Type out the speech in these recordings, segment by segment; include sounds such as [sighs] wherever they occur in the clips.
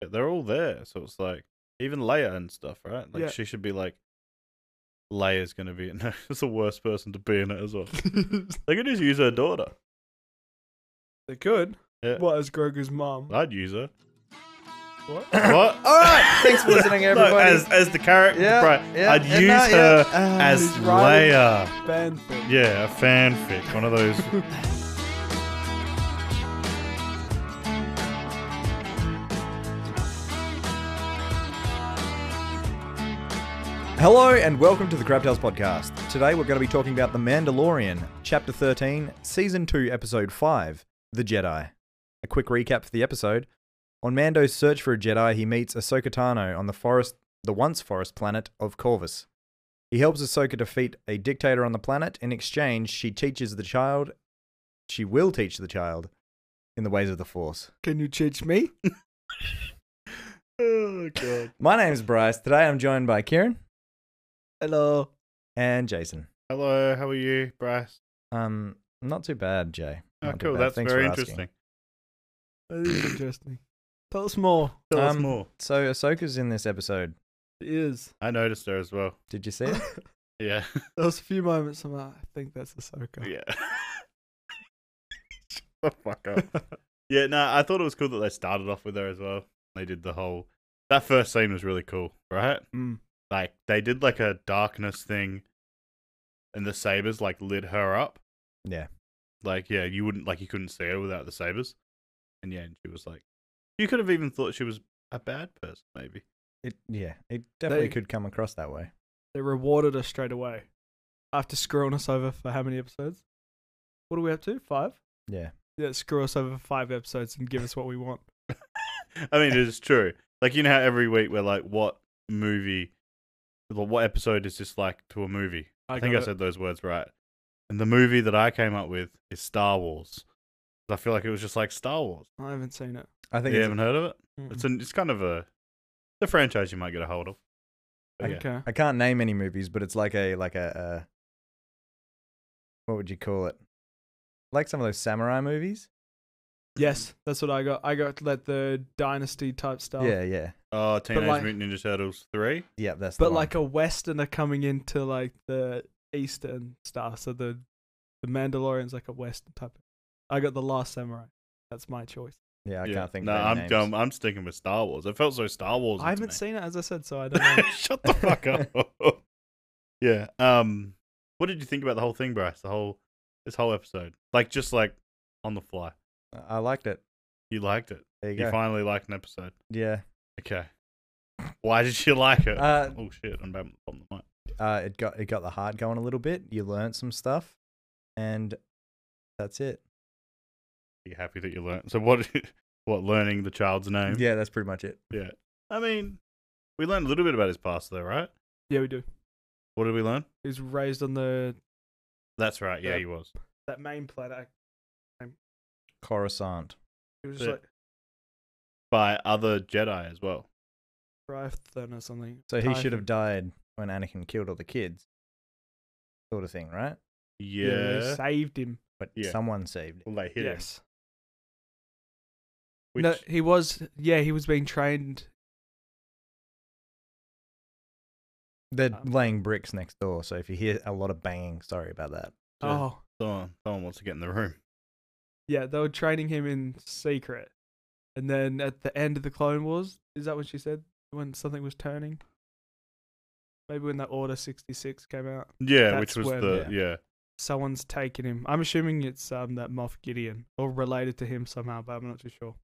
it. They're all there. So it's like even Leia and stuff, right? Like Yeah. she should be like Leia's gonna be [laughs] in it. It's the worst person to be in it as [laughs] well. they could just use her daughter. they could. Yeah. Uh, What as Grogu's mom? I'd use her. What? [coughs] What? [coughs] All right. Thanks for [laughs] listening, No, everybody. as as the character, [coughs] Yeah, right? yeah, I'd and use that- her yeah, uh, as he's right. Leia. Fanfic. Yeah, a fanfic, one of [laughs] those. Hello and welcome to the Crab Tales podcast. Today we're going to be talking about The Mandalorian, Chapter 13, Season 2, Episode 5, The Jedi. A quick recap for the episode. On Mando's search for a Jedi, he meets Ahsoka Tano on the forest, the once forest planet of Corvus. He helps Ahsoka defeat a dictator on the planet. In exchange, she teaches the child, she will teach the child in the ways of the Force. Can you teach me? [laughs] oh god. My name is Bryce. Today I'm joined by Kieran Hello. and Jason. Hello, how are you, Bryce? Um, not too bad, Jay. Oh, Not too cool. bad. That's Thanks very for asking. interesting. That is interesting. Tell us more. Tell us Um, more. So Ahsoka's in this episode. It is. I noticed her as well. Did you see it? [laughs] Yeah. There was a few moments. I'm like, I think that's [laughs] Ahsoka. Yeah. Shut the fuck up. [laughs] yeah, no, I thought it was cool that they started off with her as well. They did the whole that first scene was really cool, right? Mm. Like they did like a darkness thing and the sabers like lit her up. yeah. Like, yeah, you wouldn't like you couldn't see her without the sabers. And yeah, and she was like you could have even thought she was a bad person, maybe. [laughs] It yeah. It definitely They- could come across that way. They rewarded us straight away after screwing us over for how many episodes? What are we up to? Five. Yeah. Yeah, screw us over for five episodes and give us what we want. I mean, it's true. Like you know how every week we're like, what movie, well, what episode is this like to a movie? I, think got I it. said those words right. And the movie that I came up with is Star Wars. I feel like it was just like Star Wars. I haven't seen it. Mm. I think You it's, haven't heard of it? Mm-mm. It's an, it's kind of a the franchise you might get a hold of. But yeah. okay. I can't name any movies, but it's like a like a uh, what would you call it? Like some of those samurai movies. Yes, that's what I got. I got like the dynasty type stuff. Yeah, yeah, Oh, Teenage like- Mutant Ninja Turtles three. yeah. That's the but one. like a westerner coming into like the eastern stuff. So the the Mandalorian's like a western type. I got the Last Samurai. That's my choice. yeah, I Yeah. can't think. No, of any I'm names. dumb. I'm sticking with Star Wars. It felt so Star Wars. [laughs] I haven't seen it as I said, so I don't know. Shut the fuck [laughs] up. yeah. Um. What did you think about the whole thing, Bryce? The whole this whole episode, like just like on the fly, I I liked it. you liked it. There you, You go. finally liked an episode. yeah. Okay. Why did you like it? Uh, oh shit! I'm bam- on the mic. Uh, it got it got the heart going a little bit. You learnt some stuff, and that's it. Are you happy that you learned? So what? [laughs] What learning the child's name? Yeah, that's pretty much it. Yeah. I mean, we learned a little bit about his past, though, right? yeah, we do. What did we learn? He was raised on the That's right. Yeah, Uh, he was. that main planet. Coruscant. He was Yeah. just like By other Jedi as well. Rython or something. So he should Typhon. have died when Anakin killed all the kids, sort of thing, right? Yeah. they saved him. But Yeah. someone saved him. Well, they hit him. yes. Which, No, he was. Yeah, he was being trained. They're Um, laying bricks next door, so if you hear a lot of banging, sorry about that. Yeah. Oh, someone, someone wants to get in the room. yeah, they were training him in secret, and then at the end of the Clone Wars, is that what she said? When something was turning. Maybe when that Order sixty six came out, Yeah, which That's was when- the yeah. someone's taken him. I'm assuming it's um that Moff Gideon or related to him somehow, but I'm not too sure.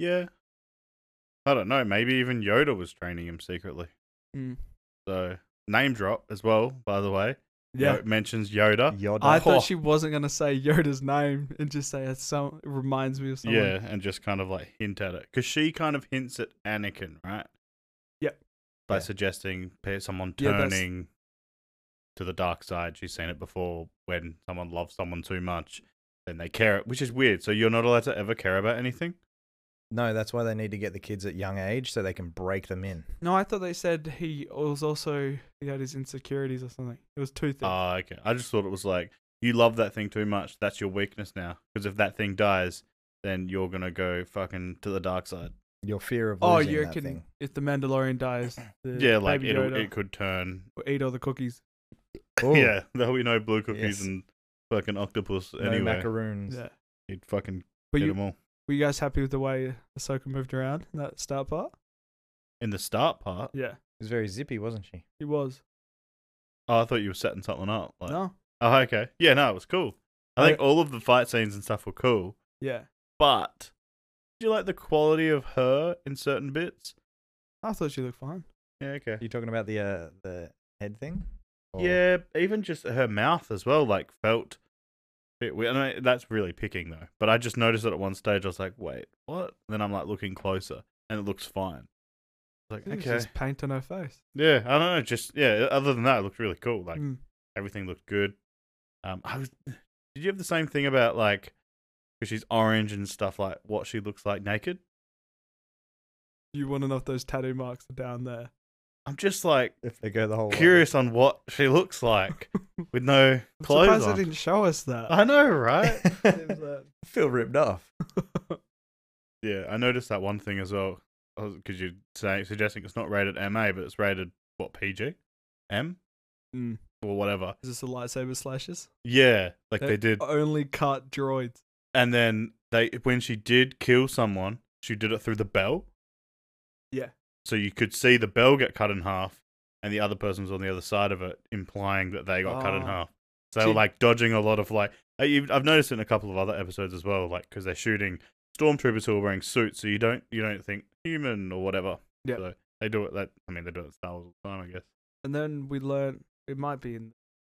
yeah I don't know. Maybe even Yoda was training him secretly. Mm. So name drop as well. By the way, Yeah, Yo- [laughs] mentions Yoda. Yoda. I Oh. [laughs] thought she wasn't gonna say Yoda's name and just say it's some it reminds me of someone. Yeah, and just kind of like hint at it because she kind of hints at Anakin, right? Yep. By Yeah. suggesting pe- someone Yeah, that's- turning to the dark side. She's seen it before when someone loves someone too much, then they care. Which is weird. So you're not allowed to ever care about anything. No, that's why they need to get the kids at young age so they can break them in. No, I thought they said he was also he had his insecurities or something. It was two things. Ah, okay. I just thought it was like you love that thing too much. That's your weakness now. Because if that thing dies, then you're gonna go fucking to the dark side. Your fear of Oh, losing you that can. [laughs] thing. If the [clears throat] Mandalorian dies, the Yeah, like Baby it'll, Yoda Oh. it could turn. will eat all the cookies. [laughs] Ooh, Yeah, there'll be no blue cookies Yes. and fucking octopus no anywhere. macaroons. Yeah. He'd fucking But get you, them all. were you guys happy with the way Ahsoka moved around in that start part? In the start part, Yeah, She was very zippy, wasn't she? it was. oh, I thought you were setting something up. Like, No. Oh, okay. Yeah, no, it was cool. I I- think all of the fight scenes and stuff were cool, Yeah. but do you like the quality of her in certain bits? I thought she looked fine. Yeah, okay. you talking about the uh, the head thing? Or- Yeah, even just her mouth as well, like felt. a Bit weird. I know that's really picking though, but I just noticed it at one stage. I was like, "Wait, what?" Then I'm like looking closer, and it looks fine. I was It like, was okay, just paint on her face. yeah, I don't know, just yeah. Other than that, it looked really cool. Like Mm. everything looked good. Um, I was. [sighs] Did you have the same thing about like, because she's orange and stuff like what she looks like naked? You want to know if those tattoo marks are down there? I'm just like If they go the whole way. [laughs] curious on what she looks [laughs] like with no Oh, I'm clothes surprised they on. didn't show us that. [laughs] I know, [laughs] right? It was uh, that- Feel ripped off. yeah, I noticed that one thing as well. Because you're saying suggesting it's not rated MA, but it's rated what PG, M Mm. or whatever. Is this the lightsaber slashes? Yeah, like they They- did. Only cut droids. And then they when she did kill someone, she did it through the bell. Yeah. So you could see the bell get cut in half, and the other person was on the other side of it, implying that they got cut in Ah. half. So they were See- like dodging a lot of like. I- you've- I've noticed in a couple of other episodes as well, like because they're shooting stormtroopers who are wearing suits, so you don't you don't think human or whatever. Yeah. So they do it. That I mean, they do it in Star Wars all the time, I guess. And then we learn it might be in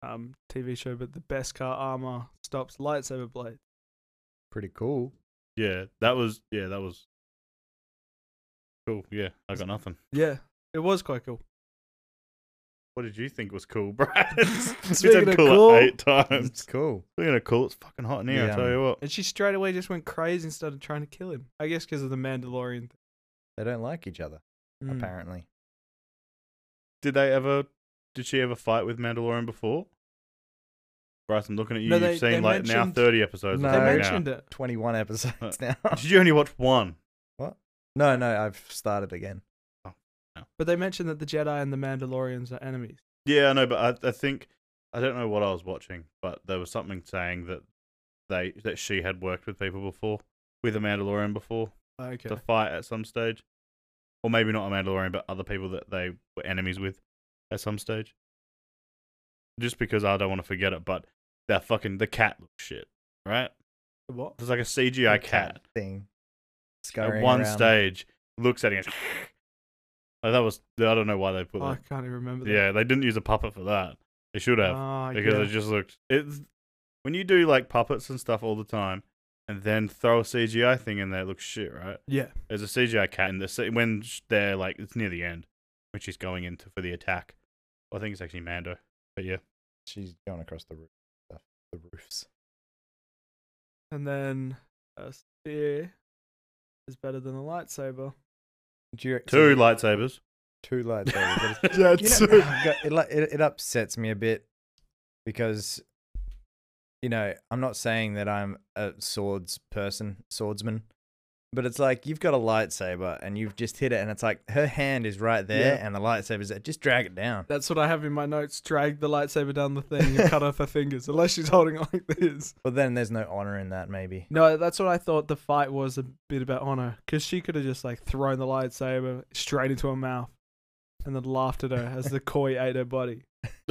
um TV show, but the best car armor stops lightsaber blades. Pretty [laughs] cool. Yeah, that was yeah, that was cool. Yeah, I got nothing. Yeah, it was quite cool. What did you think was cool, [laughs] Brad? You Speaking said of cool, cool- eight times. It's cool. [laughs] Speaking of cool, it's fucking hot in here. I Yeah. tell you what. And she straight away just went crazy and started trying to kill him. I guess because of the Mandalorian. Thing. They don't like each other, Mm, Hmm. apparently. Did they ever? Did she ever fight with Mandalorian before? Bryce, I'm looking at you. No, You've they- seen they like now mentioned- 30 episodes. No. of They it now. mentioned it. 21 [laughs] episodes now. Did you only watch one? no, no, I've started again. But they mentioned that the Jedi and the Mandalorians are enemies. Yeah, I know, but I, I think I don't know what I was watching, but there was something saying that they that she had worked with people before, with a Mandalorian before Okay. to fight at some stage, or maybe not a Mandalorian, but other people that they were enemies with at some stage. Just because I don't want to forget it, but that fucking the cat looks shit, right? what? There's like a CGI The cat thing. at scurrying one around. stage looks at it. And goes, [laughs] like, that was I don't know why they put Oh, I that. can't even remember. That. Yeah, they didn't use a puppet for that. They should have Oh, Ah, because yeah. it just looked. It's when you do like puppets and stuff all the time, and then throw a CGI thing in there, it looks shit, right? yeah. There's a CGI cat in this when sh- they're like it's near the end when she's going into for the attack. I think it's actually Mando, but yeah, She's going across the roof. Stuff. The roofs. And then a spear is better than a lightsaber. Do you- two lightsabers. [laughs] Two lightsabers. but it's- [laughs] You know, go- it, like- it, it upsets me a bit because you know i'm not saying that i'm a swords person swordsman but it's like you've got a lightsaber and you've just hit it and it's like her hand is right there Yeah. and the lightsaber's there just drag it down That's what I have in my notes. Drag the lightsaber down the thing [laughs] and cut off her fingers, unless she's holding it like this. but then there's no honor in that maybe No, that's what I thought the fight was a bit about honor, because she could have just like thrown the lightsaber straight into her mouth, and then laughed at her as [laughs] the koi ate her body. [laughs]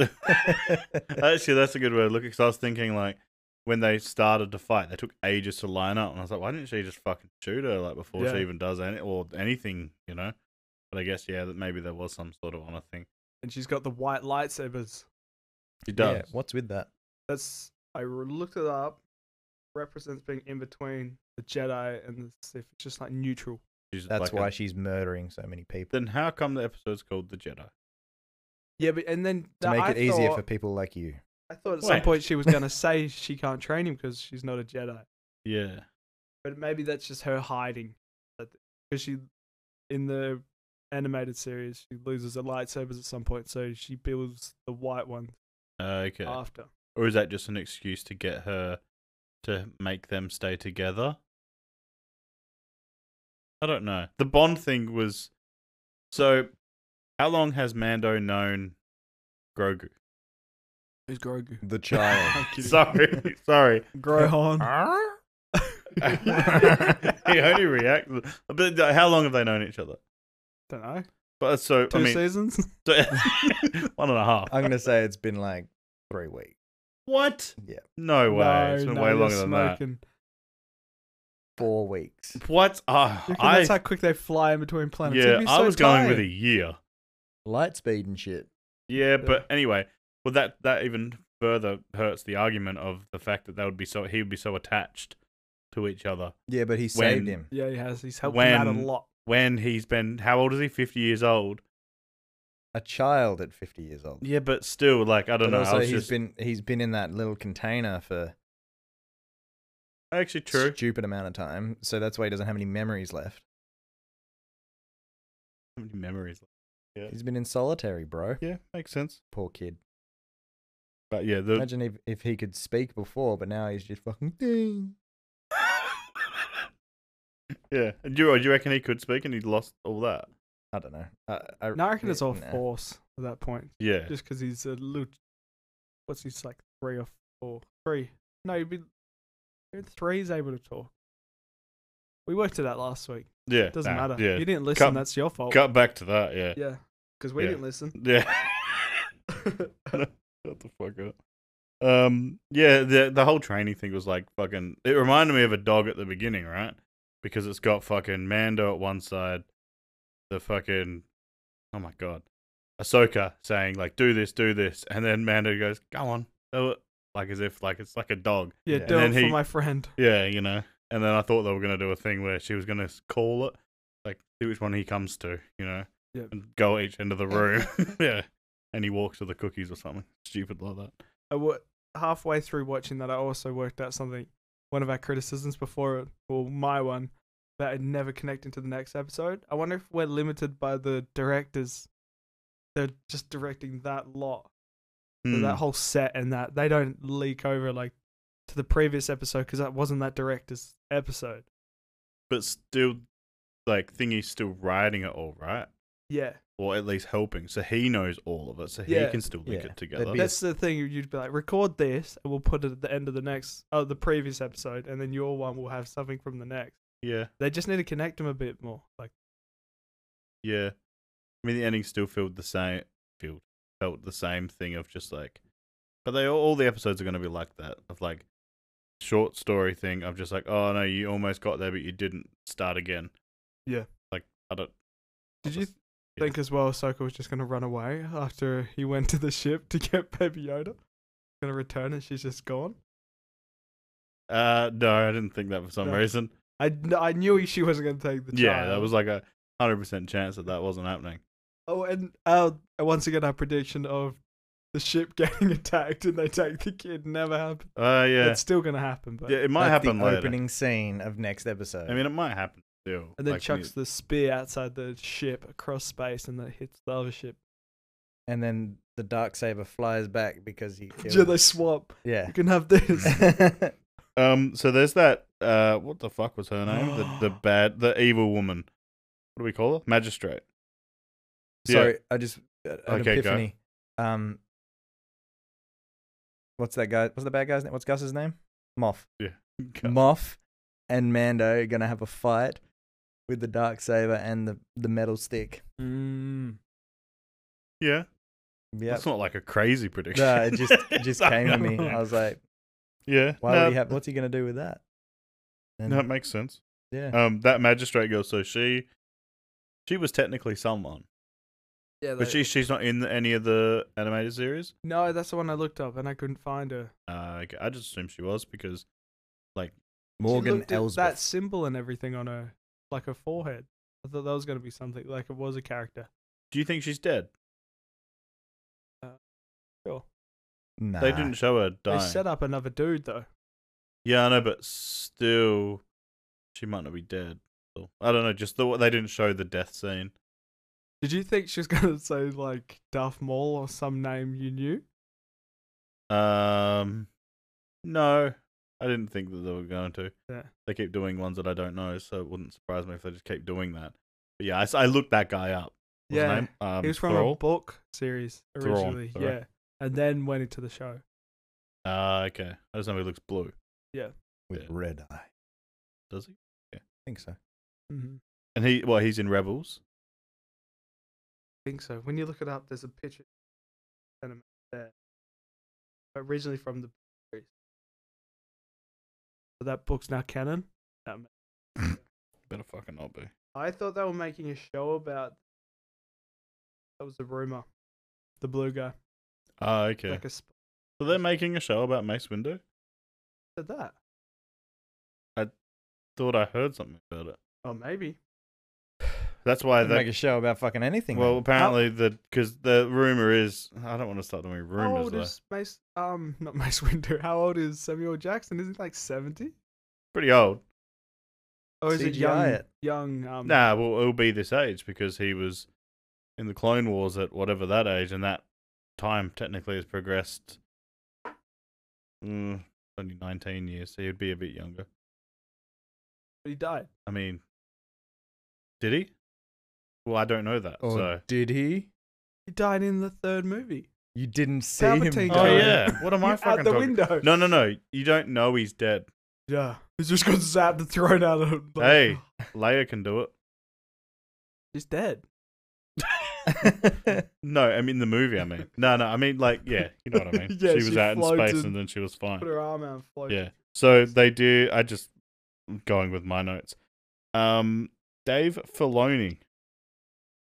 Actually, that's a good way to look. Because I was thinking like when they started to fight, they took ages to line up, and I was like, why didn't she just fucking shoot her like before Yeah. she even does any or anything, you know? But I guess yeah, that maybe there was some sort of honor thing. And she's got the white lightsabers. She does. yeah what's with that That's I re- looked it up. Represents being in between the Jedi and the Sith. It's just like neutral. She's that's like a- why she's murdering so many people Then how come the episode's called the Jedi? Yeah, but and then to th- make I it easier thought- for people like you I thought at Wait. some point she was [laughs] gonna say she can't train him because she's not a Jedi. Yeah. But maybe that's just her hiding, because she, in the animated series, she loses her lightsabers at some point, so she builds the white one Okay. after. or is that just an excuse to get her to make them stay together? I don't know. The Bond thing was so. How long has Mando known Grogu? [laughs] Who's Grogu? The [laughs] child. Sorry, sorry. [laughs] Grohan. he only reacts. But uh, how long have they known each other? Don't know. But so Two I mean, seasons. so- [laughs] one and a half. [laughs] I'm gonna say it's been like three weeks. What? Yeah, No [laughs] way. it's been way you're longer than that. smoking. four weeks. What? Ah, You reckon I that's how quick they fly in between planets. You'd yeah. be I so was going with a tired. year. Light speed and shit. Yeah, but anyway, well, that that even further hurts the argument of the fact that they would be so he would be so attached to each other Yeah, but he saved saved him. him. Yeah, he has. He's helped him out a When- lot. when he's been how old is he? Fifty years old. A child at 50 years old. Yeah, but still, like I don't know. but I also, was he's just been he's been in that little container for actually true. stupid amount of time, so that's why he doesn't have any memories left. How many memories? Yeah. He's been in solitary, bro. Yeah, makes sense. Poor kid. But yeah, the Imagine if, if he could speak before, but now he's just fucking ding. yeah. Do you, do you reckon he could speak and he lost all that? I don't know. I, I, No, I reckon it's all nah. force at that point. Yeah. Just because he's a little. What's he's like three or four? Three. No, he'd be. Three is able to talk. We worked at that last week. yeah. It doesn't nah, matter. Yeah. You didn't listen. Cut- that's your fault. Cut back to that. Yeah. Yeah. Because we Yeah. didn't listen. Yeah. [laughs] Shut the fuck up. Um. Yeah. The the whole training thing was like fucking. It reminded me of a dog at the beginning, right? Because it's got fucking Mando at one side, the fucking, oh my god, Ahsoka saying like do this, do this, and then Mando goes, go on, do it, like as if like it's like a dog. yeah, Yeah. do And then it for he- my friend. Yeah, you know. And then I thought they were gonna do a thing where she was gonna s- call it, like see which one he comes to, you know, Yep. and go at each end of [laughs] the room. [laughs] yeah, and he walks to the cookies or something stupid like that. I wa- halfway through watching that, I also worked out something. One of our criticisms before it, well, my one, that it never connected to the next episode. I wonder if we're limited by the directors. They're just directing that lot, so Hmm. that whole set, and that they don't leak over like to the previous episode because that wasn't that director's episode. But still, like thingy's still writing it all, right? Yeah, Or at least helping, so he knows all of it, so he Yeah. can still link Yeah. it together. That'd be a that's the thing. You'd be like, record this, and we'll put it at the end of the next, oh, the previous episode, and then your one will have something from the next. yeah, They just need to connect them a bit more. Like. yeah. I mean, the ending still felt the same. Felt felt the same thing of just like, but they all, all the episodes are gonna be like that of like short story thing of just like, oh no, you almost got there, but you didn't start again. Yeah. Like I don't. Did you Obvious- th- yeah. think as well Ahsoka was just going to run away after he went to the ship to get [laughs] Baby Yoda? Going to return and she's just gone? Uh, no, I didn't think that for some No. reason. I, kn- I knew she wasn't going to take the child. Yeah, that was like a hundred percent chance that that wasn't happening. Oh, and uh, once again, our prediction of the ship [laughs] getting attacked and they take the kid never happened. Uh, yeah, It's still going to happen. But yeah, it might That's happen the later. opening scene of next episode. I mean, it might happen still. And like, then when chucks you- the spear outside the ship across space and that hits the other ship. and then the dark saber flies back because he [laughs] killed. Yeah, they swap. [laughs] [laughs] yeah. You can have this. [laughs] Um, so there's that. Uh, what the fuck was her name? [gasps] the the bad, the evil woman. What do we call her? Magistrate. [laughs] Yeah. [laughs] Sorry, I just uh, an Okay, go. epiphany. Um, what's that guy? What's the bad guy's name? What's Gus's name? Moff. Moff and Mando are gonna have a fight with the dark saber and the the metal stick. mm. Yeah, Yeah, that's not like a crazy prediction. [laughs] no, it just it just I came to know. me. I was like, yeah, why no, would he have? What's he gonna do with that? And, no, it makes sense. [laughs] yeah, Um, that magistrate girl. So she, she was technically someone, Yeah, but she she's not in any of the animated series. No, that's the one I looked up and I couldn't find her. Uh, okay, I just assumed she was because She Morgan looked at That Elsbeth. symbol and everything on her, like her forehead. I thought that was going to be something, like it was a character. do you think she's dead? Nah. They didn't show her dying. They set up another dude, though. Yeah, I know, but still, she might not be dead. So, I don't know. Just the they didn't show the death scene. Did you think she was going to [laughs] say, like, Darth Maul or some name you knew? Um, no, I didn't think that they were going to. Yeah. They keep doing ones that I don't know, so it wouldn't surprise me if they just keep doing that. But yeah, I, s- I looked that guy up. What's Yeah, his name? Um, he was from a Thral? book series Thrawn, originally, sorry. yeah, and then went into the show. Ah, okay. I just know he looks blue. with Yeah. red eye. I Does he? think so. Uh, Mm-hmm. And he, well, he's in Rebels. [coughs] I think so. When you look it up, there's a picture of him there, but originally from the book series. So that book's now canon. Um, Better fucking not be. I thought they were making a show about. That was a rumor. The blue guy, Ah, okay. like a sp- so they're making a show about Mace Windu. said that. Thought I heard something about it. Oh, maybe. That's why They they. make a show about fucking anything. well, man. apparently the because the rumor is I don't want to start doing How rumors old though. is Mace? Um, not [laughs] Mace Windu. How old is Samuel Jackson? Isn't he like seventy? Pretty old. Or is it young? CGI it. Young. Um, Nah, well, it'll be this age because he was in the Clone Wars at whatever that age, and that time technically has progressed mm, only 19 years, so he'd be a bit younger. but he died. I mean, did he? Well, I don't know that. Oh, Or so, Oh, did he? He died in the third movie. You didn't see him. Palpatine oh died. yeah, what am I out fucking the talking? window. No, no, no. You don't know he's dead. Yeah, he's just got zapped and thrown out of. Like, Hey, Leia can do it. he's dead. yeah. No, I mean the movie. I mean, no, no. I mean like, yeah, you know what I mean. [laughs] Yeah, she was she out in floated. space and then she was fine. Put her arm out and floated. Yeah. So they do. I just I'm going with my notes. Um, Dave Filoni.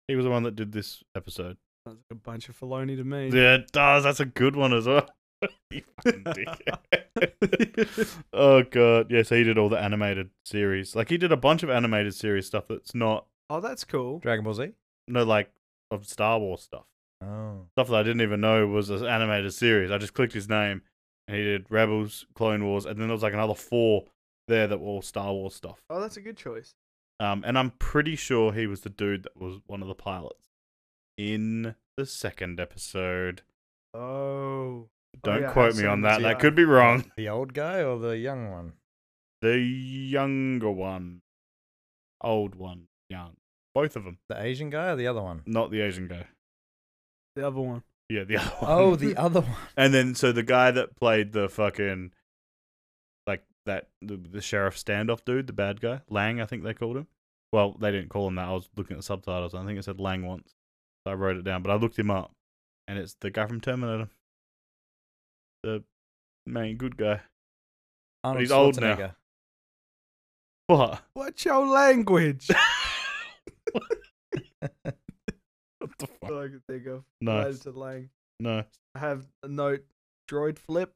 He was the one that did this episode. Sounds like a bunch of Filoni to me. Yeah, it does. That's a good one as well. [laughs] You [laughs] fucking dickhead. oh god, yeah. So he did all the animated series. Like he did a bunch of animated series stuff that's not Oh, that's cool. [laughs] Dragon Ball Z. no like of Star Wars stuff. Oh, Stuff that I didn't even know was an animated series. I just clicked his name, and he did Rebels, Clone Wars, and then there was like another four there that were all Star Wars stuff. Oh, that's a good choice. Um, and I'm pretty sure he was the dude that was one of the pilots in the second episode. Oh, Don't yeah, quote I've me on seen that. the- That could be wrong. the old guy or the young one? The younger one, old one, young. Both of them, The Asian guy or the other one? not the Asian guy. the other one. Yeah, the other [laughs] one. Oh, the other one. And then so the guy that played the fucking like that the, the sheriff standoff dude, the bad guy, Lang, I think they called him. Well, they didn't call him that. I was looking at the subtitles. and I think it said Lang once. So I wrote it down, but I looked him up, and it's the guy from Terminator, the main good guy. [laughs] Arnold he's old now. Schwarzenegger. What? What's [laughs] your language? What the That's fuck? all I could think of. No, Related to Lang. no. I have a note. Droid flip.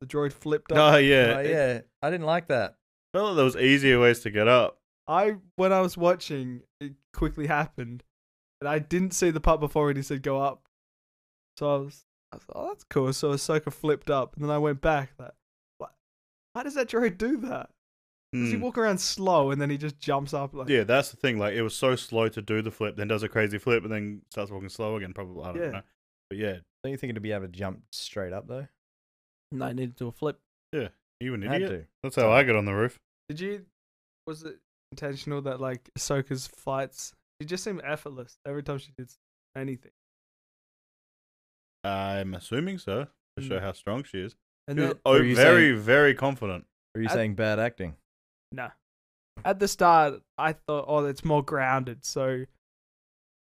The droid flipped up. No, yeah. Oh, it yeah, I didn't like that. felt like there was easier ways to get up. I when I was watching, it quickly happened, and I didn't see the part before when he said go up. So I was, I was oh that's cool. So Ahsoka flipped up, and then I went back. Like, what? Why does that droid do that? Does he Hmm. walk around slow and then he just jumps up? Like, Yeah, that's the thing. Like, it was so slow to do the flip, then does a crazy flip, and then starts walking slow again. Probably, I don't Yeah. know. But yeah, Don't you think it'd be able to jump straight up though? No, he needed to do a flip. you an It had idiot. to. That's how I got on the roof. Did you? Was it intentional that like Ahsoka's fights? She just seemed effortless every time she did anything. I'm assuming so to show Mm. how strong she is. And She then was o- Were you very, very confident. Or are you I- saying bad acting? Nah. At the start, I thought, oh, it's more grounded, so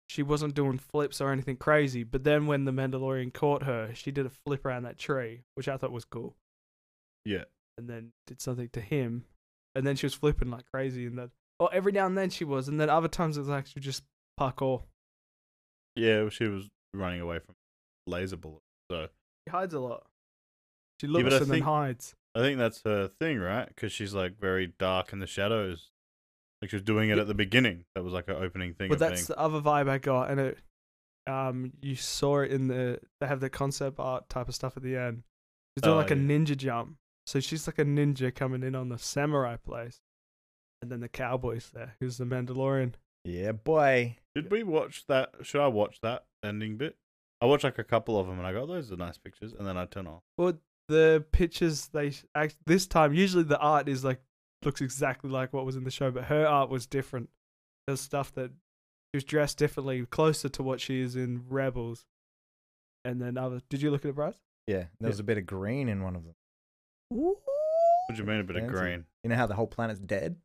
she wasn't doing flips or anything crazy. But then when the Mandalorian caught her, she did a flip around that tree, which I thought was cool. Yeah. And then did something to him, and then she was flipping like crazy, and that, oh, every now and then she was, and then other times it was actually just parkour. Yeah, she was running away from laser bullets. So She hides a lot. She but looks I and then think- hides. I think that's her thing, right? Because she's like very dark in the shadows. Like she was doing it at the beginning. That was like her opening thing. But of that's being, the other vibe I got, and it, um, you saw it in the they have the concept art type of stuff at the end. She's doing Oh, like a yeah. ninja jump, so she's like a ninja coming in on the samurai place, and then the cowboys there, who's the Mandalorian. Yeah, boy. Did we watch that? Should I watch that ending bit? I watched like a couple of them, and I got those are nice pictures, and then I turn off. Well, the pictures they sh- act, this time usually the art is like looks exactly like what was in the show, but her art was different. There's stuff that she was dressed differently, closer to what she is in Rebels. And then other. Did you look at it, Bryce? Yeah, there was a bit of green in one of them. What do you mean a bit of Fancy. green? You know how the whole planet's dead?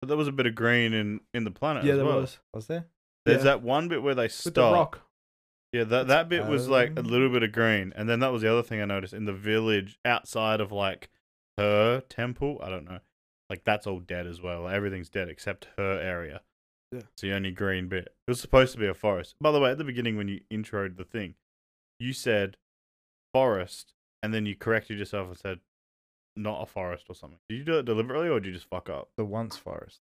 But there was a bit of green in in the planet. yeah, as there well. was Was there? There's Yeah. that one bit where they with the stop. rock. Yeah, that that bit was like a Um, little bit of green, and then that was the other thing I noticed in the village outside of like her temple. I don't know, like that's all dead as well. Everything's dead except her area. Yeah. it's the only green bit. It was supposed to be a forest. By the way, at the beginning when you introed the thing, you said forest, and then you corrected yourself and said not a forest or something. Did you do it deliberately or did you just fuck up? The once forest.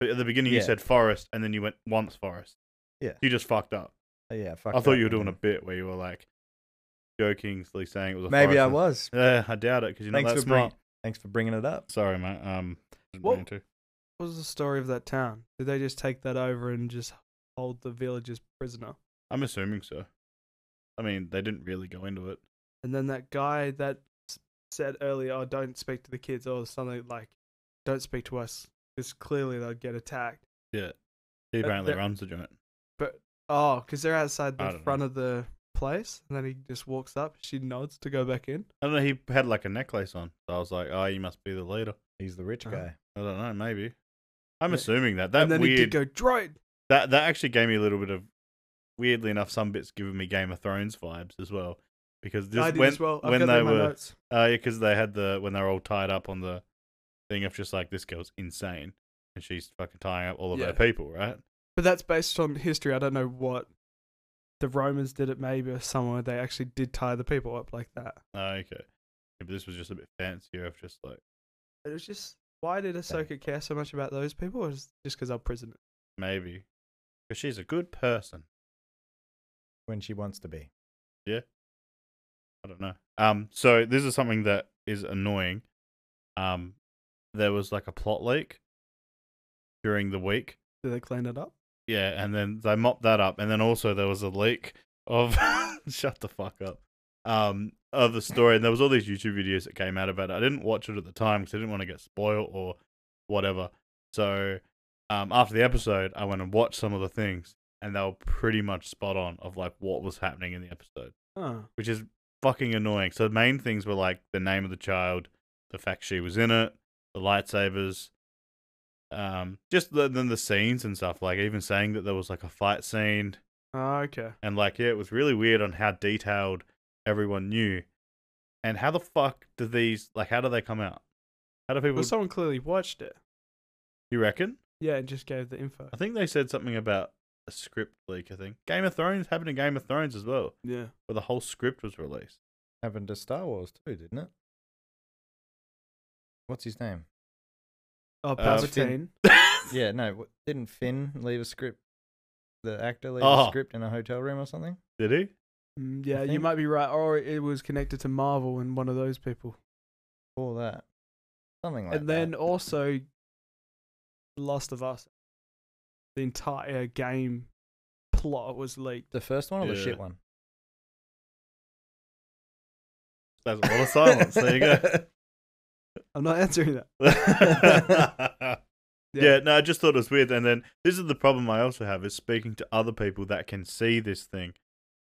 But at the beginning you Yeah. said forest, and then you went once forest. Yeah. you just fucked up. Oh, yeah, fuck. I thought you were doing a bit where you were like jokingly saying it was a Maybe I forest. was. [laughs] Yeah, I doubt it because you're not Thanks that for bringing. smart. Thanks for bringing it up. Sorry, mate. Um, didn't Well- mean to. What was the story of that town? Did they just take that over and just hold the villagers prisoner? I'm assuming so. I mean, they didn't really go into it. And then that guy that s- said earlier, "Oh, don't speak to the kids," or something like, "Don't speak to us," because clearly they'll get attacked. Yeah, he But apparently there- runs the joint. Oh, because they're outside I the don't know. front of the place, and then he just walks up. She nods to go back in. I don't know. He had like a necklace on, so I was like, "Oh, you must be the leader." He's the rich Uh-huh. guy. I don't know. Maybe. I'm Yeah. assuming that that and then he weird did go droid. that that actually gave me a little bit of weirdly enough some bits giving me Game of Thrones vibes as well because this I did when as well. I've when got that they in my were notes. Oh, yeah, because they had the when they were all tied up on the thing of just like this girl's insane and she's fucking tying up all of Yeah. her people, right? But that's based on history. I don't know what the Romans did it, maybe or somewhere they actually did tie the people up like that. Oh, okay. Yeah, but this was just a bit fancier of just like It was just why did Ahsoka care so much about those people? Or is just because they're prisoners? maybe because she's a good person. When she wants to be. I don't know. Um, so this is something that is annoying. Um, there was like a plot leak during the week Did they clean it up? Yeah, and then they mopped that up, and then also there was a leak of [laughs] shut the fuck up, um, of the story, and there was all these YouTube videos that came out about it. I didn't watch it at the time because I didn't want to get spoiled or whatever. So um, after the episode, I went and watched some of the things, and they were pretty much spot on of like what was happening in the episode, Huh. which is fucking annoying. So the main things were like the name of the child, the fact she was in it, the lightsabers, um just the, then the scenes and stuff like even saying that there was like a fight scene Oh, okay. and like yeah it was really weird on how detailed everyone knew and how the fuck do these like how do they come out how do people Well, someone clearly watched it. you reckon Yeah, and just gave the info. i think they said something about a script leak i think game of thrones happened in game of thrones as well Yeah. where the whole script was released Happened to Star Wars too, didn't it? What's his name? Oh, Uh, Palpatine. Yeah, no. w- Didn't Finn leave a script? The actor leave Oh. a script in a hotel room or something? did he Mm, yeah, you think- might be right. Or it was connected to Marvel and one of those people. All that. Something like and that. then also Last of Us. The entire game plot was leaked. the first one or the Yeah. shit one? there's a lot of silence there you go I'm not [laughs] answering that. [laughs] yeah. Yeah. no, I just thought it was weird. And then this is the problem I also have is speaking to other people that can see this thing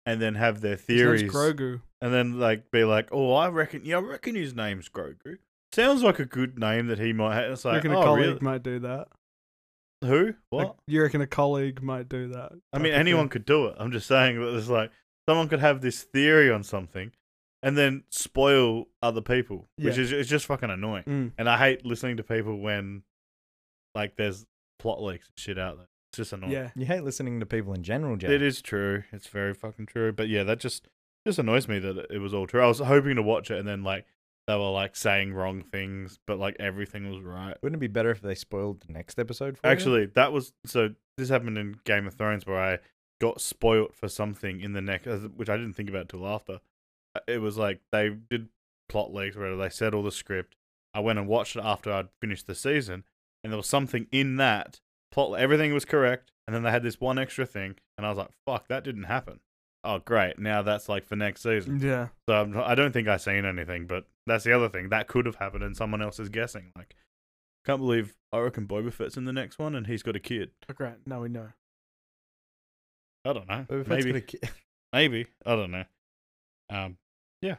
and then have their His name's theories Grogu. and then like be like, Oh, I reckon yeah, I reckon his name's Grogu. Sounds like a good name that he might have. It's you like, reckon a oh, colleague really? might do that? Who? What? Like, you reckon a colleague might do that? I type mean, of anyone thing? could do it. I'm just saying that there's like someone could have this theory on something and then spoil other people, which Yeah. is it's just fucking annoying. Mm. And I hate listening to people when like there's plot leaks and shit out there. It's just annoying. Yeah. [laughs] You hate listening to people in general, Jack. It is true. It's very fucking true. But yeah, that just just annoys me that it was all true. I was hoping to watch it and then like they were like saying wrong things, but like everything was right. Wouldn't it be better if they spoiled the next episode for you? Actually, that was so. This happened in Game of Thrones where I got spoilt for something in the neck, as- which I didn't think about till after. Uh, It was like they did plot leaks where they said all the script. I went and watched it after I'd finished the season, and there was something in that plot. Everything was correct, and then they had this one extra thing, and I was like, "Fuck, that didn't happen." oh great, now that's like for next season. Yeah. So I'm, I don't think I've seen anything, but that's the other thing that could have happened, and someone else is guessing. Like, can't believe I reckon Boba Fett's in the next one, and he's got a kid. Okay. Now we know. I don't know. Boba Fett's maybe, got a ki- [laughs] maybe I don't know. Um, yeah,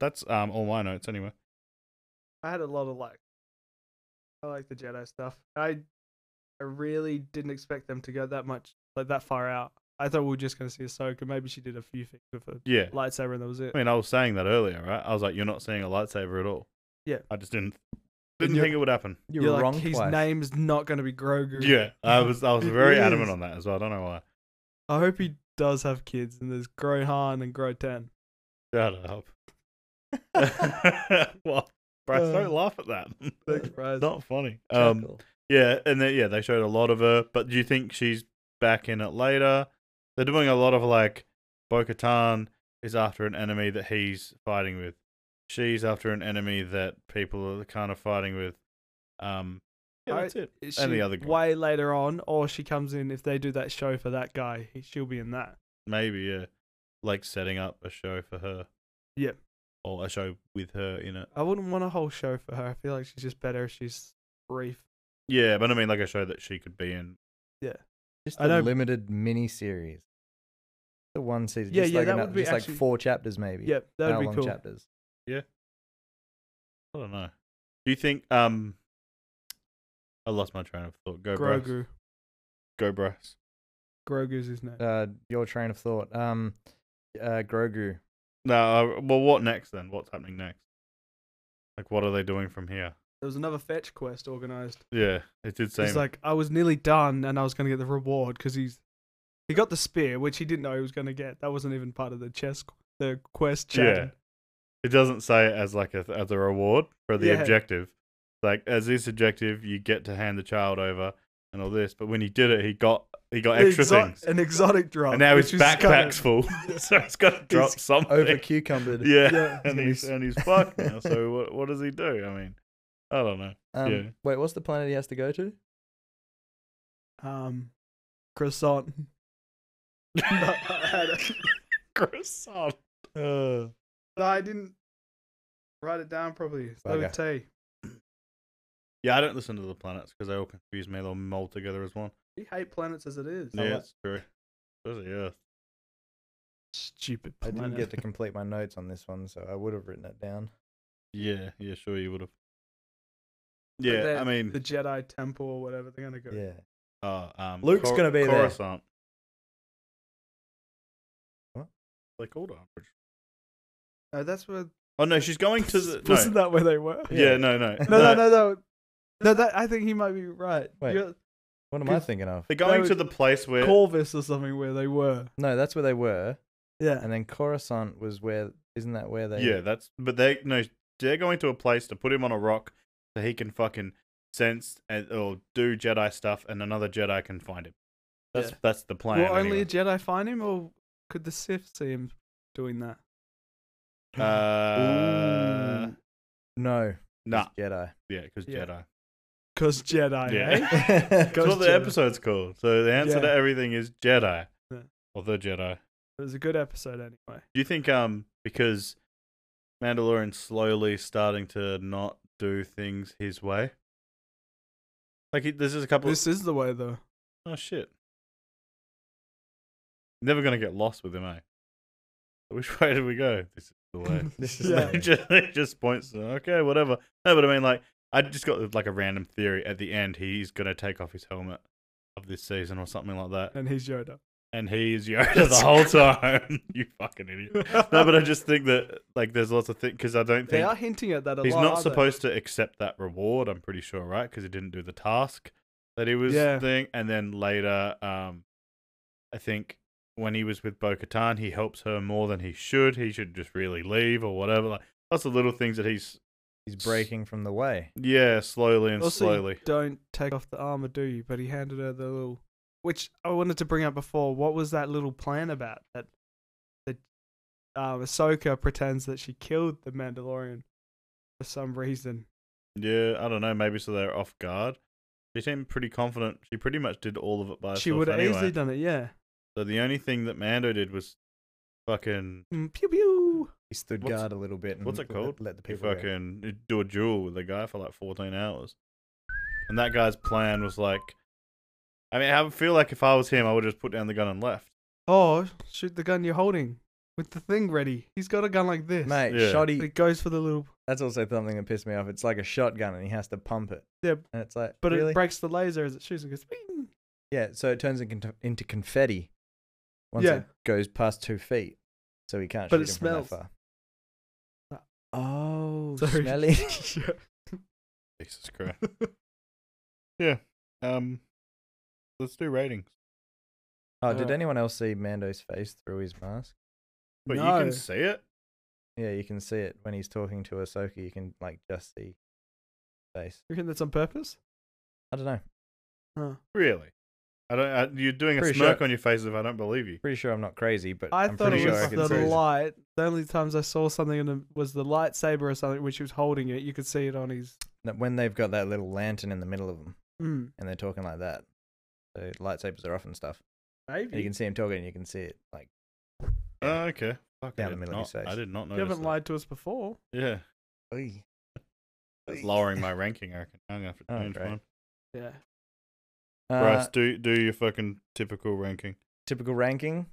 that's um all my notes anyway. I had a lot of like, I like the Jedi stuff. I, I really didn't expect them to go that much, like that far out. I thought we were just gonna see Ahsoka. Maybe she did a few things with a Yeah, lightsaber, and that was it. I mean, I was saying that earlier, right? I was like, you're not seeing a lightsaber at all. Yeah. I just didn't And didn't you're- think it would happen. You You're were like, wrong His twice. name's not gonna be Grogu. Yeah, [laughs] I was [laughs] I was It very is. adamant on that as well. I don't know why. I hope he does have kids, and there's Grohan and Groten. Shut up. [laughs] well, Bryce, Uh, don't laugh at that. Thanks, Bryce. It's not funny. Um, Chuckle. yeah, and then, yeah, they showed a lot of her. But do you think she's back in it later? They're doing a lot of like, Bo-Katan is after an enemy that he's fighting with. She's after an enemy that people are kind of fighting with. Um, yeah, I- that's it. Is And the she other guy. way later on, or she comes in if they do that show for that guy, he- she'll be in that. Maybe yeah, like setting up a show for her. Yep. Or a show with her in it. I wouldn't want a whole show for her. I feel like she's just better if she's brief. Yeah, but I mean like a show that she could be in. Just I a don't- limited mini series. The one season. Yeah, just yeah, like that ano- would be just actually- like four chapters maybe. Yep, that'd Hour be long cool. chapters. I don't know. Do you think um? I lost my train of thought. Go Grogu. Grogu. Go Bryce. Grogu's his name. Uh, your train of thought. Um, uh, Grogu. No, uh, well, what next then? What's happening next? Like, what are they doing from here? There was another fetch quest organized. Yeah, it did seem. It's like I was nearly done, and I was going to get the reward because he's he got the spear, which he didn't know he was going to get. That wasn't even part of the chess qu- the quest. yeah, Chat. it doesn't say it as like a as a reward for the Yeah. objective. Like as this objective, you get to hand the child over and all this. But when he did it, he got he got extra things. An exotic drop. and now his which is kinda- backpack's [laughs] full, [laughs] so he's got to drop He's something. Over [laughs] cucumbered. yeah, Yeah, [laughs] and he's he's gonna and be he's s- fucked [laughs] now. So what what does he do? I mean, I don't know. Um, Yeah. Wait, what's the planet he has to go to? um croissant. [laughs] [laughs] Croissant. Uh. But I didn't write it down properly. It's Bugger. Levitate. Yeah, I don't listen to the planets because they all confuse me. They'll mold together as one. We hate planets as it is. Yeah, like- that's true. Does it? Yeah. Stupid I planet. didn't get to complete my notes on this one, so I would have written it down. Yeah. Yeah. Sure, you would have. But Yeah, they're- I mean, the Jedi Temple or whatever. They're gonna go. Yeah. uh, um, Luke's gonna be there. Coruscant. What? They called her. No, that's where. Oh no, she's going [laughs] to the. No. Wasn't that where they were? yeah. Yeah. no, no, [laughs] No, no, no, no. No, that I think he might be right. Wait. You're- What am I 'Cause thinking of? They're going No, to the place where. Corvus or something where they were. No, that's where they were, Yeah. and then Coruscant was where. Isn't that where they? Yeah, that's but they no, they're going to a place to put him on a rock so he can fucking sense and or do Jedi stuff, and another Jedi can find him. That's Yeah. that's the plan. Will only anyway. a Jedi find him, or could the Sith see him doing that? uh, Ooh. No. nah, it's [laughs] Jedi. yeah, because Yeah. Jedi. Cause Jedi. Yeah. eh? [laughs] That's Goes what the Jedi. episode's called. So the answer to Yeah. everything is Jedi Yeah. or the Jedi. It was a good episode anyway. Do you think um because Mandalorian's slowly starting to not do things his way? Like he, there's just a couple. This is the way though. Oh shit. Never gonna get lost with him, eh? [laughs] Which way did we go? This is the [laughs] way. this is Yeah. It the- just, it just points to okay, whatever. No, but I mean like I just got like a random theory at the end he's gonna take off his helmet of this season or something like that. And he's Yoda. And he [laughs] is Yoda the whole time. [laughs] you fucking idiot. [laughs] No, but I just think that like there's lots of things because I don't [laughs] they think are hinting at that a he's lot. not aren't they? supposed to accept that reward. I'm pretty sure, right? Because he didn't do the task that he was Yeah. doing. And then later, um, I think when he was with Bo-Katan, he helps her more than he should. He should just really leave or whatever. Like lots of little things that he's He's breaking from the way. yeah, slowly and Also, you slowly. don't take off the armor, do you? But he handed her the little, which I wanted to bring up before. What was that little plan about that? That uh, Ahsoka pretends that she killed the Mandalorian for some reason. Yeah, I don't know. Maybe so they're off guard. She seemed pretty confident. She pretty much did all of it by herself. she would have anyway. easily done it, yeah. So the only thing that Mando did was fucking Mm, pew pew. He stood What's- guard a little bit. And what's it let- called? Let the he people. go. fucking do a duel with the guy for like 14 hours. And that guy's plan was like, I mean, I feel like if I was him, I would just put down the gun and left. Oh, shoot the gun you're holding with the thing ready. He's got a gun like this. Mate, Yeah. shoddy. It goes for the little, That's also something that pissed me off. It's like a shotgun, and he has to pump it. Yeah. And it's like, but really? it breaks the laser as it shoots. It goes. "Bing." yeah. So it turns into, into confetti once Yeah. it goes past two feet, so he can't. But shoot it him from that smells. Ah, far. Oh, [laughs] Sorry. smelly. Jesus [laughs] Christ. yeah. Um, let's do ratings. Oh, did Uh. anyone else see Mando's face through his mask? But you No. can see it. Yeah, you can see it when he's talking to Ahsoka. You can like just see his face. You reckon that's on purpose? I don't know. Huh. Really? I don't. I, you're doing a Pretty smirk sure- on your face if I don't believe you. Pretty sure I'm not crazy, but I am thought pretty it sure was I can the see it. light. The only times I saw something in the, was the lightsaber or something when she was holding it. You could see it on his. that when they've got that little lantern in the middle of them Mm, and they're talking like that, so lightsabers are off and stuff. And you maybe. can see him talking, and you can see it like Oh, okay. Fuck, I Down the did middle of his uh, not- I face. did not know. You haven't lied to us before. Yeah. "Oi." That's lowering my ranking, I reckon. I'm going to Oh, have to change great. mine. Yeah. Uh, Bryce, do, do your fucking typical ranking. typical ranking.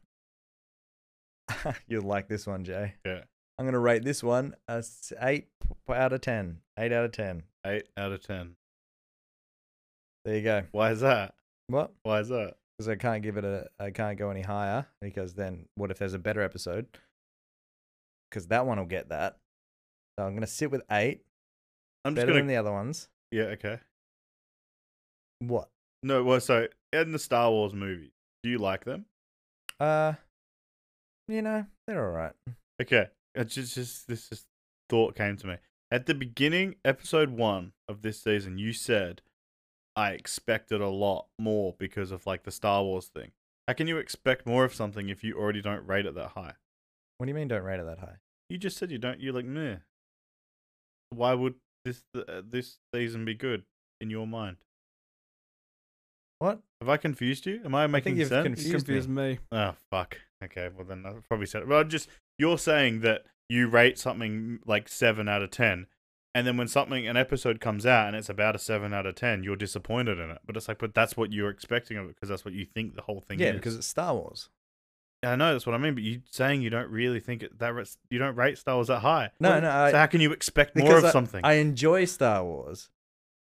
[laughs] You'll like this one, Jay. Yeah. I'm gonna rate this one a s- eight p- out of ten. Eight out of ten. 8 out of 10. There you go. Why is that? What? Why is that? Because I can't give it a. I can't go any higher because then what if there's a better episode? Because that one will get that. So I'm gonna sit with eight. I'm just Better going than to. the other ones. Yeah, okay. What? No, well, so in the Star Wars movies, do you like them? Uh, you know they're all right. Okay, it's just, just this just thought came to me at the beginning, episode one of this season. You said I expected a lot more because of like the Star Wars thing. How can you expect more of something if you already don't rate it that high? What do you mean? Don't rate it that high? You just said you don't. You're like, meh. Why would this uh, this season be good in your mind? What? Have I confused you? Am I making you've sense? confused You confused me. Oh fuck. Okay. Well, then I probably said. Well, just you're saying that you rate something mm, like seven out of ten, and then when something an episode comes out and it's about a seven out of ten, you're disappointed in it. But it's like, but that's what you're expecting of it because that's what you think the whole thing yeah, is. because it's Star Wars. I know that's what I mean. But you saying you don't really think it, that rates- you don't rate Star Wars that high. No, Well, no. I, so how can you expect more because of I- something? I enjoy Star Wars,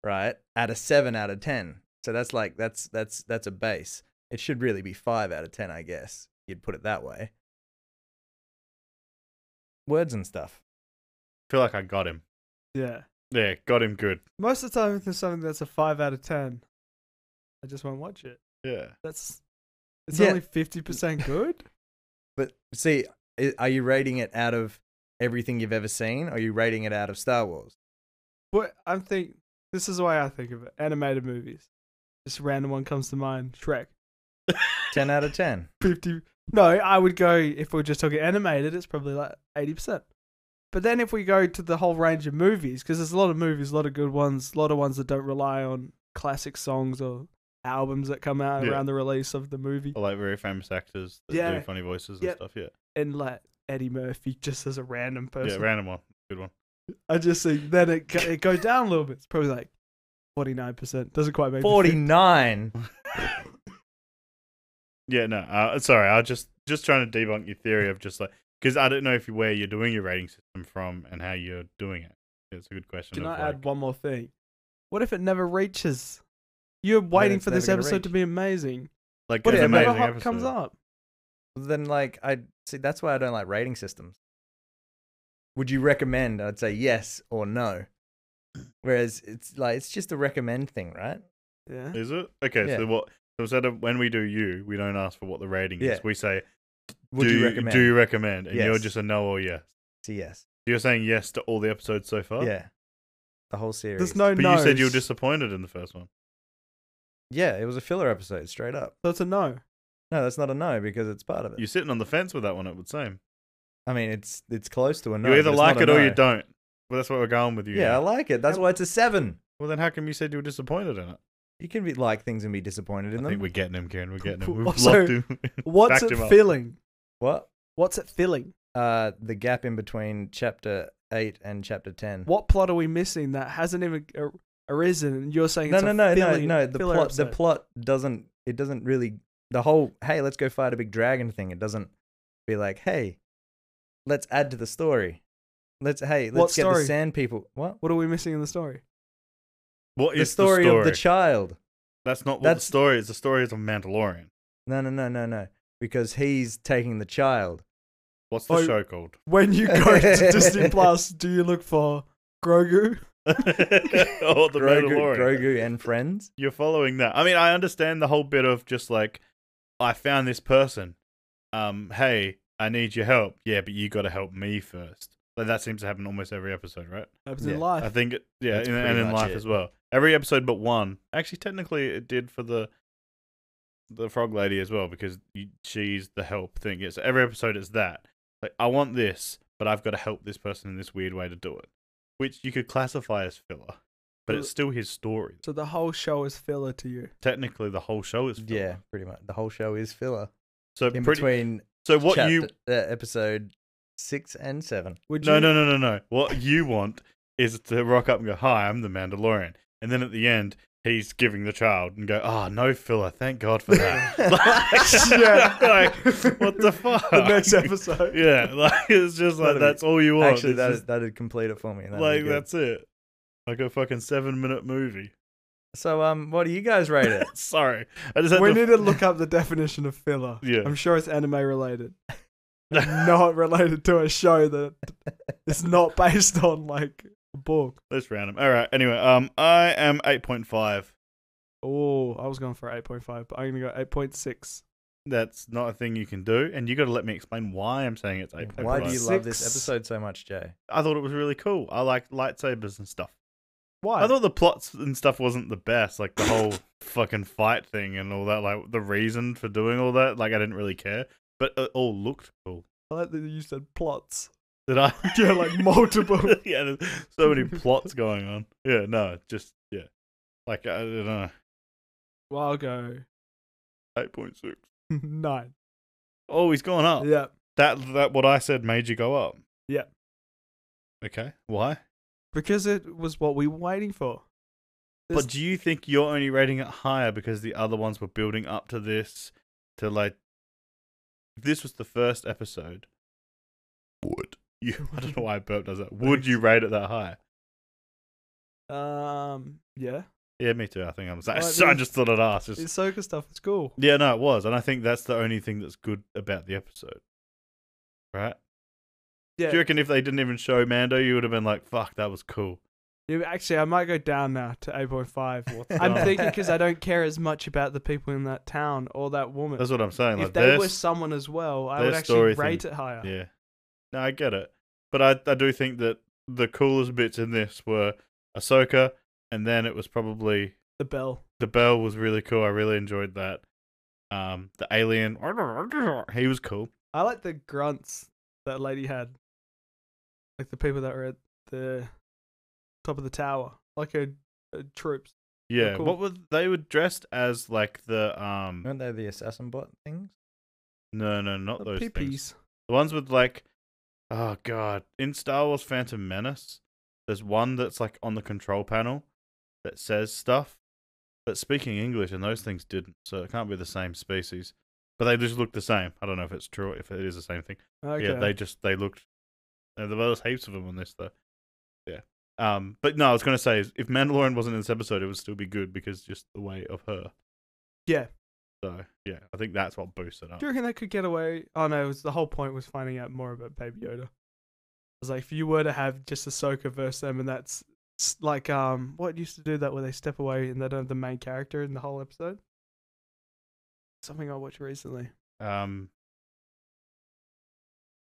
right? At a seven out of ten. So that's like that's that's that's a base. It should really be five out of ten, I guess. You'd put it that way. Words and stuff. feel like I got him. Yeah. Yeah, got him good. Most of the time, if there's something that's a five out of ten, I just won't watch it. Yeah. [laughs] That's it's Yeah. only fifty percent [laughs] good. But see, i- are you rating it out of everything you've ever seen? Or are you rating it out of Star Wars? but I think this is the way I think of it. Animated movies. Just a random one comes to mind. Shrek. Ten out [laughs] of ten. Fifty. No, I would go if we're just talking animated. It's probably like eighty percent. But then if we go to the whole range of movies, because there's a lot of movies, a lot of good ones, a lot of ones that don't rely on classic songs or albums that come out Yeah. Oh. around the release of the movie. Or like very famous actors that do Yeah. funny voices and Yep. stuff. Yeah. and like Eddie Murphy just as a random person. Yeah. Random one. Good one. I just think then it go, it goes down a little bit. It's probably like forty nine percent. Doesn't quite make the Forty fif- nine. Yeah, no. Uh, sorry, I was just just trying to debunk your theory of just like because I don't know if you where you're doing your rating system from and how you're doing it. It's a good question. Can of, I like- add one more thing? What if it never reaches? You're waiting it's for this never gonna episode to reach. be amazing. Like What an if it never amazing ho- comes episode. up? then like I see that's why I don't like rating systems. Would you recommend? I'd say yes or no. Whereas it's like it's just a recommend thing, right? Yeah. Is it okay? Yeah. So what? So instead of when we do you, we don't ask for what the rating Yeah. is. We say, Would do you recommend? Do you recommend? And you're Yes. just a no or yes. Say yes. You're saying yes to all the episodes so far. Yeah. The whole series. There's no But no. you said you were disappointed in the first one. Yeah, it was a filler episode, straight up. so it's [laughs] a no. No, that's not a no because it's part of it. You're sitting on the fence with that one. It would seem I mean, it's it's close to a no. you but either it's like not it a or no. you don't. Well, that's what we're going with you. Yeah, I now. like it. That's why it's a seven. Well, then how come you said you were disappointed in it? You can be like things and be disappointed in I them. [laughs] think we're getting him, Kieran. We're getting him. We've Also, locked him. What's Backed it him up. feeling? What? What's it filling? Uh, the gap in between chapter eight and chapter Hmm. ten. What plot are we missing that hasn't even ar- arisen? And you're saying No, it's no, a no, no, filling- no. The filler plot, the episode. plot doesn't. It doesn't really. The whole hey, let's go fight a big dragon thing. It doesn't be like hey, let's add to the story. Let's hey, let's What get story? the sand people. What? What are we missing in the story? What the is story, the of the child. that's not what that's- the story is. The story is of Mandalorian. No, no, no, no, no. Because he's taking the child. What's the Oh. show [laughs] called? [laughs] When you go to Disney Plus, do you look for Grogu? or the Grogu, Mandalorian. Grogu and friends. You're following that. I mean, I understand the whole bit of just like, I found this person. Um, hey, I need your help. Yeah, but you got to help me first. Like that seems to happen almost every episode, right? Happens Yeah, in I life. think, it, yeah, That's in, pretty and in much life it. as well. Every episode but one. Actually, technically, it did for the the frog lady as well because you, she's the help thing. It's every episode is that. Like, I want this, but I've got to help this person in this weird way to do it, which you could classify as filler, but it's still his story. So the whole show is filler to you. Technically, the whole show is filler. Yeah, pretty much. The whole show is filler. So In pretty. between so what chapter, you? uh, episode six and seven. Would No, you? [laughs] no, no, no, no. What you want is to rock up and go, "Hi, I'm the Mandalorian," and then at the end, he's giving the child and go, "Ah, no filler. Thank God for [laughs] that." Yeah. like, like, what the fuck? [laughs] The next episode. Yeah, like it's just like That'd be- that's all you want. Actually, It's that just, that'd complete it for me. That'd be like good. that's it. Like a fucking seven-minute movie. So, um, what do you guys [laughs] rate it? Sorry, I just had We to. need [laughs] to look up the definition of filler. Yeah. I'm sure it's anime related. not related to a show that it's not based on like a book. That's random. All right. Anyway, um, I am eight point five. Oh, I was going for 8.5, but I'm going to go 8.6. That's not a thing you can do, and you got to let me explain why I'm saying it's eight point five. Why do you love this Six. episode so much, Jay? I thought it was really cool. I liked lightsabers and stuff. Why? I thought the plots and stuff wasn't the best, like the whole [laughs] fucking fight thing and all that. Like the reason for doing all that, like I didn't really care, but it all looked cool. I like that you said plots. Did I? [laughs] Yeah, like multiple. [laughs] yeah, there's so many plots going on. Yeah, no, just yeah, like I don't know, Well, I'll go [laughs] eight point six. 9. Oh, he's gone up. Yeah. That that what I said made you go up. Yeah. Okay. Why? Because it was what we were waiting for. This- But do you think you're only rating it higher because the other ones were building up to this? To like, if this was the first episode, would [laughs] you? I don't know why Burp does that. Would you rate it that high? um, yeah. Yeah, me too. I think I'm. [laughs] Well, so I it's- just thought I'd ask. The Just- Ahsoka stuff is cool. yeah, no, it was, and I think that's the only thing that's good about the episode, right? Yeah. Do you reckon if they didn't even show Mando, you would have been like, "Fuck, that was cool." Yeah, Actually, I might go down now to [laughs] 8.5. What's I'm wrong? thinking because I don't care as much about the people in that town or that woman. That's what I'm saying. if like, they were there's- someone as well, I their would story actually thing- rate it higher. Yeah. No, I get it. But I, I do think that the coolest bits in this were Ahsoka, and then it was probably The bell. the bell was really cool. I really enjoyed that. Um, the alien, he was cool. I like the grunts that lady had. Like the people that were at the top of the tower, like her, her troops. Yeah. cool. What were they were dressed as like the um Weren't they the assassin bot things? no no not The those things pippies. the ones with like oh god in Star Wars Phantom Menace there's one that's like on the control panel that says stuff but speaking English and those things didn't so it can't be the same species but they just look the same I don't know if it's true if it is the same thing Okay. yeah they just they looked uh, there was heaps of them on this though yeah um but no I was gonna say is if Mandalorian wasn't in this episode it would still be good because just the way of her Yeah. so yeah I think that's what boosts it up Do you reckon they could get away? Oh no, it was, the whole point was finding out more about Baby Yoda. I was like, if you were to have just Ahsoka versus them, and that's s- like um, what used to do that where they step away and they don't have the main character in the whole episode. Something I watched recently. Um,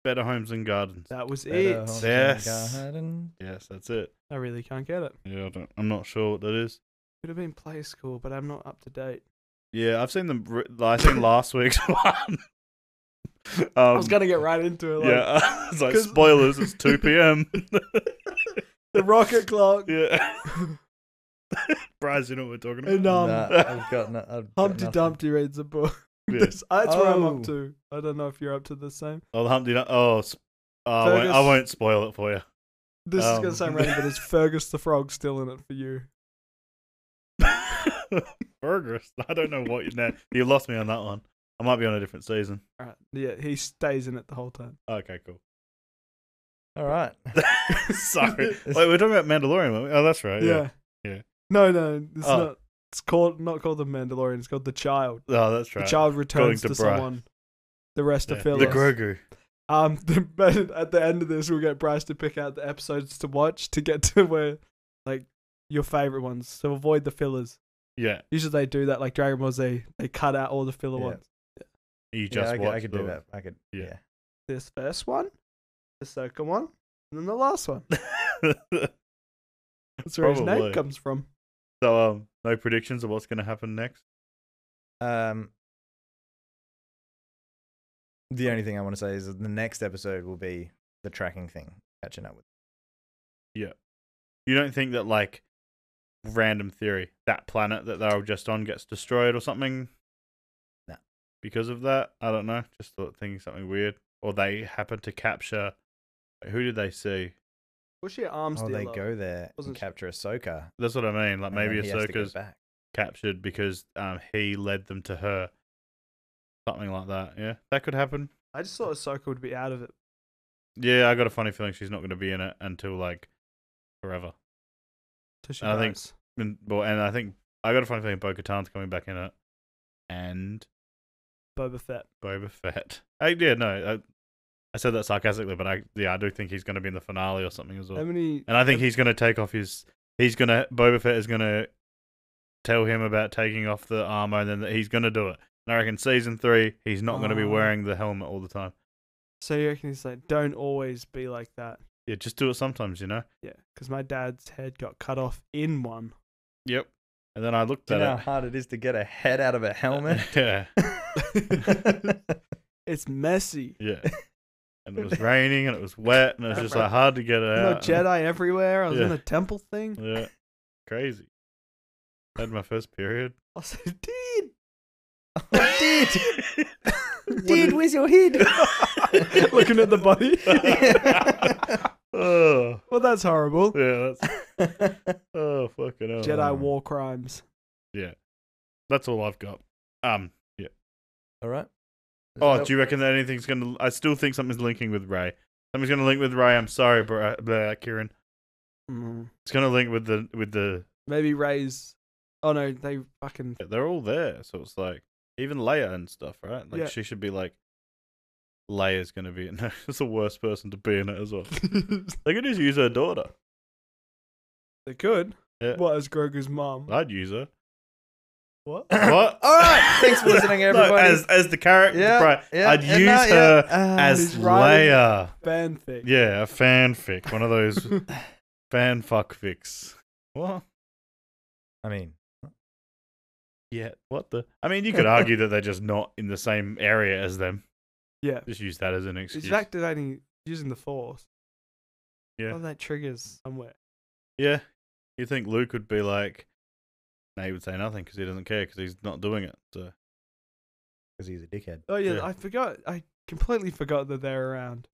Better Homes and Gardens. That was Better it. Homes uh, and Yes. Garden. Yes, that's it. I really can't get it. Yeah, I don't, I'm not sure what that is. Could have been play school, but I'm not up to date. Yeah, I've seen them. re- I [coughs] seen last week's [laughs] one. Um, I was gonna get right into it. Like, yeah, [laughs] it's like 'cause- spoilers. It's two [laughs] p.m. The rocket clock. [laughs] [laughs] yeah, Bryce, you know what we're talking about. And [laughs] um, Nah, I've got no, I've got Humpty nothing. Dumpty reads a book. Yeah. This- [laughs] that's where I'm Oh. up to. I don't know if you're up to the same. Oh, the Humpty Dumpty. Oh, sp- oh I, won't, I Fergus- won't spoil it for you. This is Um, gonna sound random, [laughs] but is Fergus the Frog still in it for you? Burgers. [laughs] I don't know what you know. You lost me on that one. I might be on a different season. Alright. Yeah, he stays in it the whole time. Okay, cool. [laughs] All right. [laughs] Sorry. Wait, we're talking about Mandalorian. weren't we? Oh, that's right. Yeah. Yeah. Yeah. No, no, it's Oh. not. It's called not called the Mandalorian. It's called the Child. Oh, that's right. The Child returns to to, Bryce. someone. The rest Yeah. of The Phyllis. Grogu. Um, [laughs] the, at the end of this, we'll get Bryce to pick out the episodes to watch to get to [laughs] where, like, your favorite ones. So avoid the fillers. Yeah. Usually they do that, like Dragon Ball Z. They cut out all the filler Yeah. ones. You Yeah, just I, could, watched I could do the- that. I could. Yeah. Yeah. This first one, the second one, and then the last one. That's where his Probably. name comes from. [laughs] so, um, no predictions of what's going to happen next. Um, the only thing I want to say is that the next episode will be the tracking thing, catching up with. You don't think that like random theory that planet that they're all just on gets destroyed or something? No. Because of that, I don't know. Just thought thinking something weird, or they happen to capture. Who did they see? Push your arms oh, deal they up. go there and Wasn't- capture Ahsoka. That's what I mean. Like and Uh, maybe then he has to go Ahsoka's back. captured because um, he led them to her. Something like that. Yeah, that could happen. I just thought Ahsoka would be out of it. Yeah, I got a funny feeling she's not going to be in it until like forever. till she I think- dies. And, well, and I think I got a funny feeling Bo-Katan's coming back in it, and Boba Fett. Boba Fett. [laughs] I, yeah, no, I, I said that sarcastically, but I yeah, I do think he's going to be in the finale or something as well. How many? and I think he's going to take off his. He's going to Boba Fett is going to tell him about taking off the armor, and then that he's going to do it. And I reckon season three, he's not going to be Oh. wearing the helmet all the time. So you reckon he's like, don't always be like that. Yeah, just do it sometimes, you know. Yeah, because my dad's head got cut off in one. Yep. And then I looked Do you at know how it. hard it is to get a head out of [laughs] a helmet? yeah, It's messy. yeah. [laughs] And it was raining, and it was wet, and it was just like hard to get it No out. Jedi everywhere. I was in Yeah. a temple thing. [laughs] Yeah, crazy. had my first period. [laughs] I was like, dude, [laughs] Dude, Dude, where's your [laughs] head? [laughs] looking at the body. [laughs] oh, well, that's horrible. yeah, that's oh fucking hell. Jedi war crimes. That's all I've got. Um. [laughs] All right. Oh, Nope. do you reckon that anything's gonna? I still think something's linking with Ray. Something's gonna link with Ray. I'm sorry, bro, uh, blah, Kieran. Mm-hmm. Mm. It's gonna link with the with the. Maybe Ray's. Oh no, they fucking. They're all there, so it's like even Leia and stuff, right? Like Yeah. she should be like. Leia's gonna be [laughs] no, it's the worst person to be in it as [laughs] well. They could just use her daughter. they could. Yeah. What is Grogu's mom? I'd use [coughs] her. What? What? All right. Thanks for [laughs] listening, No, everybody. as as the character, Yeah, right, yeah, I'd and use now- yeah, her uh, as He's writing- Leia. Fanfic. Yeah, a fanfic, one of [laughs] those fanfuck fics. What? I mean, Yeah, what the? I mean, you could argue that they're just not in the same area as them. [laughs] yeah. Just use that as an excuse. [laughs] He's activating using the force. Yeah. All that triggers somewhere. Yeah, you think Luke would be like? No, he would say nothing because he doesn't care because he's not doing it. So because he's a dickhead. Oh yeah, Yeah. I forgot. I completely forgot that they're around.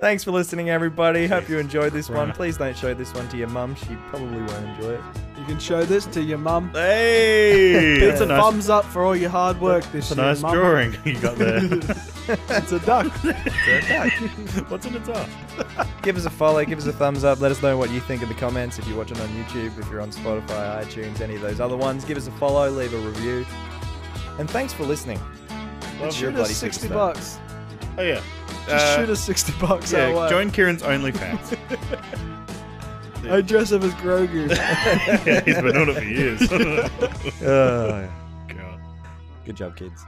Thanks for listening, everybody. Hope you Jesus enjoyed this one. Christ. Please don't show this one to your mum. She probably won't enjoy it. You can show this to your mum. hey, It's that's a a nice, thumbs up for all your hard work this that's a year. nice mum. drawing you got there. [laughs] It's a [laughs] duck. [laughs] What's in its ass? give us a follow, give us a thumbs up. Let us know what you think in the comments. If you're watching on YouTube, if you're on Spotify, iTunes, any of those other ones, give us a follow, leave a review. And thanks for listening. Love You're shoot a bloody us sixty superstar. bucks. Oh yeah, Just Uh, shoot us sixty bucks. Yeah, our way. join Kieran's [laughs] OnlyFans. [laughs] I dress up as Grogu. [laughs] yeah, he's been on it for years. [laughs] Uh, God. good job, kids.